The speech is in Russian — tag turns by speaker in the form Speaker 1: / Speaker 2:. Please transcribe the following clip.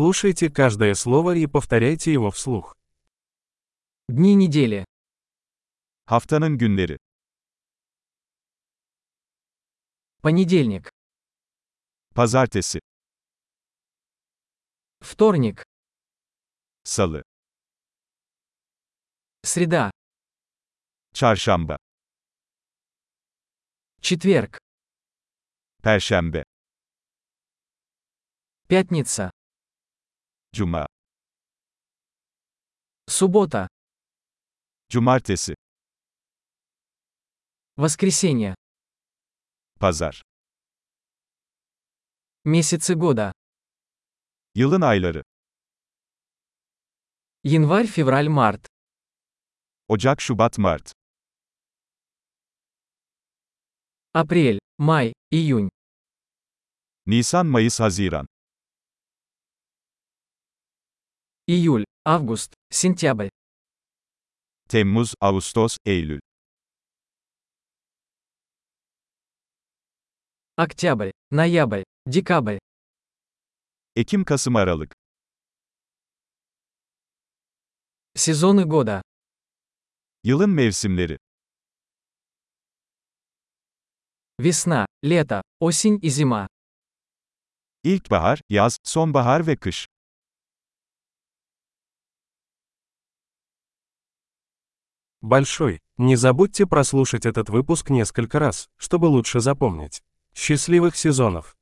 Speaker 1: Слушайте каждое слово и повторяйте его вслух.
Speaker 2: Дни недели.
Speaker 3: Haftanın günleri.
Speaker 2: Понедельник.
Speaker 3: Pazartesi,
Speaker 2: Вторник.
Speaker 3: Salı,
Speaker 2: Среда.
Speaker 3: Çarşamba,
Speaker 2: Четверг.
Speaker 3: Perşembe,
Speaker 2: Пятница.
Speaker 3: Cuma,
Speaker 2: Суббота.
Speaker 3: Cumartesi,
Speaker 2: Воскресенье.
Speaker 3: Pazar.
Speaker 2: Месяцы года.
Speaker 3: Yılın ayları.
Speaker 2: Январь, февраль, март.
Speaker 3: Ocak, Şubat, Mart,
Speaker 2: Апрель. Май. Июнь.
Speaker 3: Nisan, Mayıs, Haziran,
Speaker 2: Июль. Август. Сентябрь.
Speaker 3: Temmuz, Ağustos, Eylül,
Speaker 2: Октябрь. Ноябрь. Декабрь.
Speaker 3: Ekim, Kasım, Aralık.
Speaker 2: Сезоны года.
Speaker 3: Yılın mevsimleri.
Speaker 2: Весна, лето, осень и зима.
Speaker 3: İlkbahar, yaz, sonbahar ve kış.
Speaker 1: Большой. Не забудьте прослушать этот выпуск несколько раз, чтобы лучше запомнить. Счастливых сезонов!